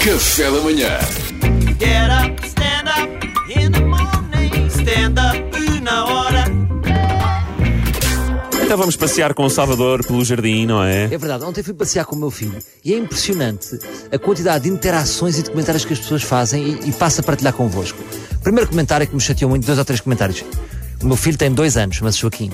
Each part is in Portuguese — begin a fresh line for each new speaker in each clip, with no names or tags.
Café da manhã.
Get up, stand up in the morning. Stand up uh, na hora.
Então vamos passear com o Salvador pelo jardim, não é?
É verdade, ontem fui passear com o meu filho e é impressionante a quantidade de interações e de comentários que as pessoas fazem e, e passo a partilhar convosco. Primeiro comentário que me chateou muito, dois ou três comentários. O meu filho tem dois anos, mas Joaquim.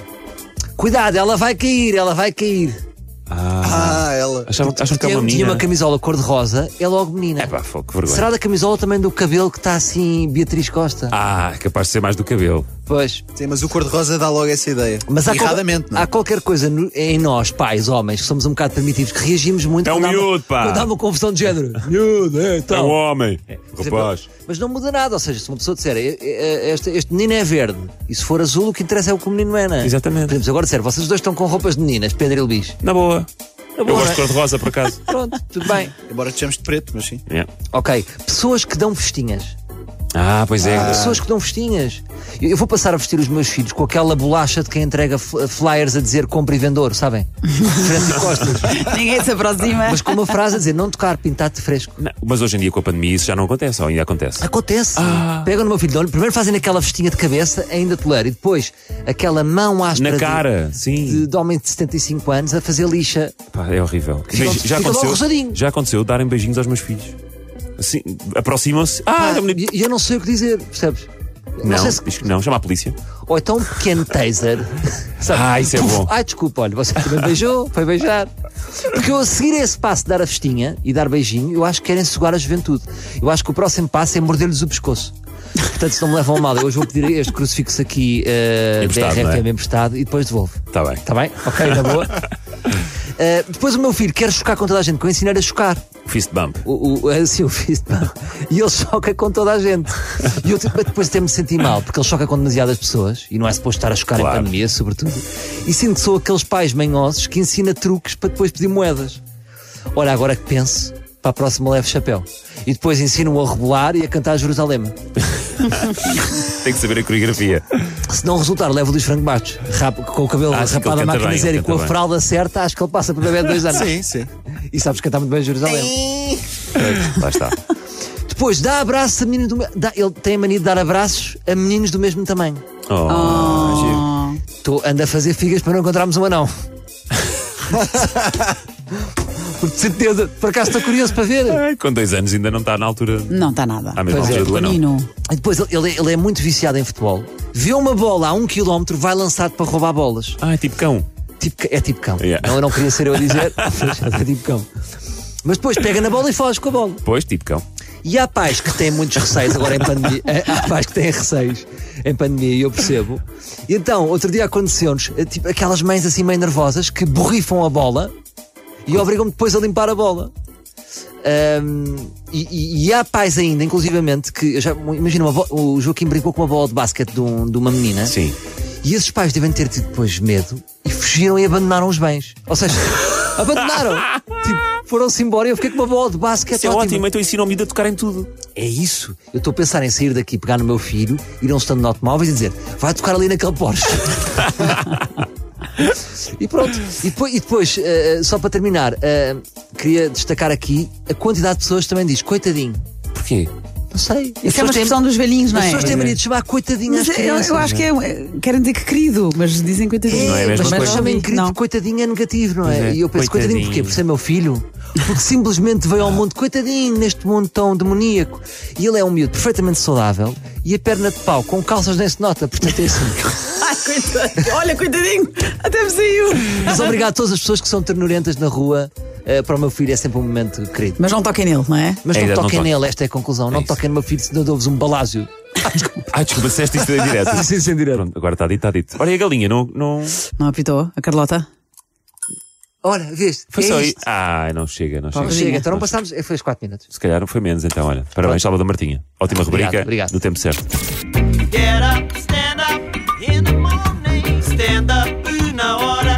Cuidado, ela vai cair, ela vai cair.
Ah, ela.
Acham, acham que é
Tinha-
uma
Tinha
menina?
uma camisola cor-de-rosa, é logo menina.
É pá, fogo, que vergonha.
Será da camisola também do cabelo que está assim Beatriz Costa?
Ah, capaz de ser mais do cabelo.
Pois.
Sim, mas o cor-de-rosa dá logo essa ideia.
Mas há, qual-
Erradamente, não é?
há qualquer coisa no- em nós, pais, homens, que somos um bocado primitivos, que reagimos muito
É um
quando, há uma,
miúdo, pá.
quando há uma confusão de género. miúdo, é, tal.
homem.
Por exemplo, Mas não muda nada, ou seja, se uma pessoa disser "Eh, eh, este, este menino é verde e se for azul, o que interessa é o que o menino é, não é?
Exatamente.
Por exemplo, se agora disser, vocês dois estão com roupas de meninas, Pedro e Luís.
Na boa. Eu
boa.
gosto de cor-de-rosa, por acaso.
Pronto, tudo bem.
Embora te chames de preto, mas sim.
É.
Ok, pessoas que dão festinhas.
Ah, pois é.
Pessoas que dão festinhas. Eu eu vou passar a vestir os meus filhos com aquela bolacha de quem entrega fl- flyers a dizer compra e vendor, sabem? Frente e costas.
Ninguém se aproxima.
Mas com uma frase a dizer não tocar, pintado de fresco.
Não, mas hoje em dia com a pandemia isso já não acontece, ou ainda
Ah,
acontece.
Acontece.
Ah.
Pegam no meu filho, olha, primeiro fazem aquela vestinha de cabeça, ainda tolero, e depois aquela mão áspera
Na
de-
cara, sim.
de, de homem de 75 anos a fazer lixa.
Pá, é horrível.
Fica-
Mas já
fica logo
aconteceu.
rosadinho.
Já aconteceu darem beijinhos aos meus filhos. Assim, aproximam-se. Ah,
Pá,
é bonito.
e e eu não sei o que dizer, percebes? Não,
Não,
sei se.
diz que não, chama a polícia.
Ou então um pequeno taser. Sabe?
Ah, isso é
Puf,
bom.
Ai, desculpa, olha, você também beijou, foi beijar. Porque eu a seguir a esse passo de dar a festinha e dar beijinho, eu acho que querem sugar a juventude. Eu acho que o próximo passo é morder-lhes o pescoço. Portanto, se não me levam a mal, eu hoje vou pedir este crucifixo aqui eh, da
Emprestado,
RFM
não é?
emprestado e depois devolvo.
Está Tá bem.
Está bem? Ok, na boa. Eh, depois o meu filho quer chocar com toda a gente, que eu ensinar a chocar.
Fist bump.
O, o, assim, o fist bump. E ele choca com toda a gente. E eu tipo, depois até me senti mal, porque ele choca com demasiadas pessoas e não é suposto estar a chocar
Claro.
em pandemia, sobretudo. E sinto que sou aqueles pais manhosos que ensina truques para depois pedir moedas. Olha, agora que penso, para a próxima leve chapéu. E depois ensino-o a rebolar e a cantar Jerusalém.
Tem que saber a coreografia.
Se não resultar, levo o Luís Franco Bastos, rap- com o cabelo
Acho que ele
rapado à
canta
máquina
bem,
zero e
ele
com a
canta bem.
fralda certa, acho que ele passa por bebê de dois anos.
Sim, sim.
E sabes cantar muito bem Jerusalém.
Lá está.
Depois dá abraços a meninos do me- dá- Ele tem a mania de dar abraços a meninos do mesmo tamanho.
Oh.
Tô, anda a fazer figas para não encontrarmos um anão. Porque de certeza, por acaso estou curioso para ver.
Ai, com dois anos ainda não está na altura.
Não está nada.
À mesma
Pois é,
altura do anão.
Menino.
E depois ele- ele, é- ele é muito viciado em futebol. Vê uma bola a um quilómetro, vai lançado para roubar bolas.
Ah, é tipo cão.
Tipo, ca- é tipo cão.
Yeah.
Não, eu não queria ser eu a dizer, mas é tipo cão. Mas depois pega na bola e foge com a bola.
Pois, tipo cão.
E há pais que têm muitos receios agora em pandemia. Eh, Há pais que têm receios em pandemia, e eu percebo. E então, outro dia aconteceu-nos eh, tipo, aquelas mães assim meio nervosas que borrifam a bola e obrigam-me depois a limpar a bola. Ahm, e, e- e há pais ainda, inclusivamente, que eu já imagina, uma bo- o Joaquim brincou com uma bola de basquete de, um- de uma menina.
Sim.
E esses pais devem ter tido depois medo e fugiram e abandonaram os bens. Ou seja, abandonaram. Tipo, foram-se embora e eu fiquei com uma bola de basquete
Isso é
ótima.
ótimo, então ensina o miúdo a tocar em tudo.
É isso. Eu estou a pensar em sair daqui, pegar no meu filho, ir a um stand de automóveis e dizer vai tocar ali naquele Porsche. e pronto. E depois, e depois, eh, eh, só para terminar, eh, queria destacar aqui a quantidade de pessoas que também diz coitadinho.
Porquê?
Não sei. As
Isso é uma
pessoas têm-
expressão dos velhinhos, não
As
é?
pessoas têm mania de chamar coitadinho às
Mas eu,
crianças.
eu acho que é, é- querem dizer que querido, mas dizem coitadinho.
Não é a mesma
mas
coisa.
depois chamem querido
Não.
de coitadinho é negativo, não é?
Pois é,
E eu penso, coitadinho,
coitadinho.
porquê? Por ser meu filho? Porque simplesmente veio ao mundo, coitadinho, neste mundo tão demoníaco. E ele é um miúdo perfeitamente saudável e a perna de pau com calças nem se nota, portanto é assim.
Ai, coitadinho. Olha, coitadinho, até me saiu.
Mas obrigado a todas as pessoas que são ternurentas na rua. eh, para o meu filho é sempre um momento querido.
Mas não toquem nele, não é?
Mas
É,
não
não
toquem
toque.
nele, esta é a conclusão. não
isso.
toquem no meu filho, senão dou-vos um balásio.
Ah, desculpa, disseste isto em direto.
Sim, sim, em direto.
Pronto, agora está dito, está dito. Olha, e a galinha não. não...
Não apitou? A Carlota?
Ora, vês?
Foi
é
só aí.
isto.
Ah, não chega, não
Pá,
chega.
Chega, então não passámos. eh, Foi os 4 minutos.
Se calhar foi menos, então, olha. Parabéns, Salvador Martinha. Ótima
Obrigado,
rubrica.
obrigado.
No tempo certo.
Get up, stand up in the morning. Stand up na hora.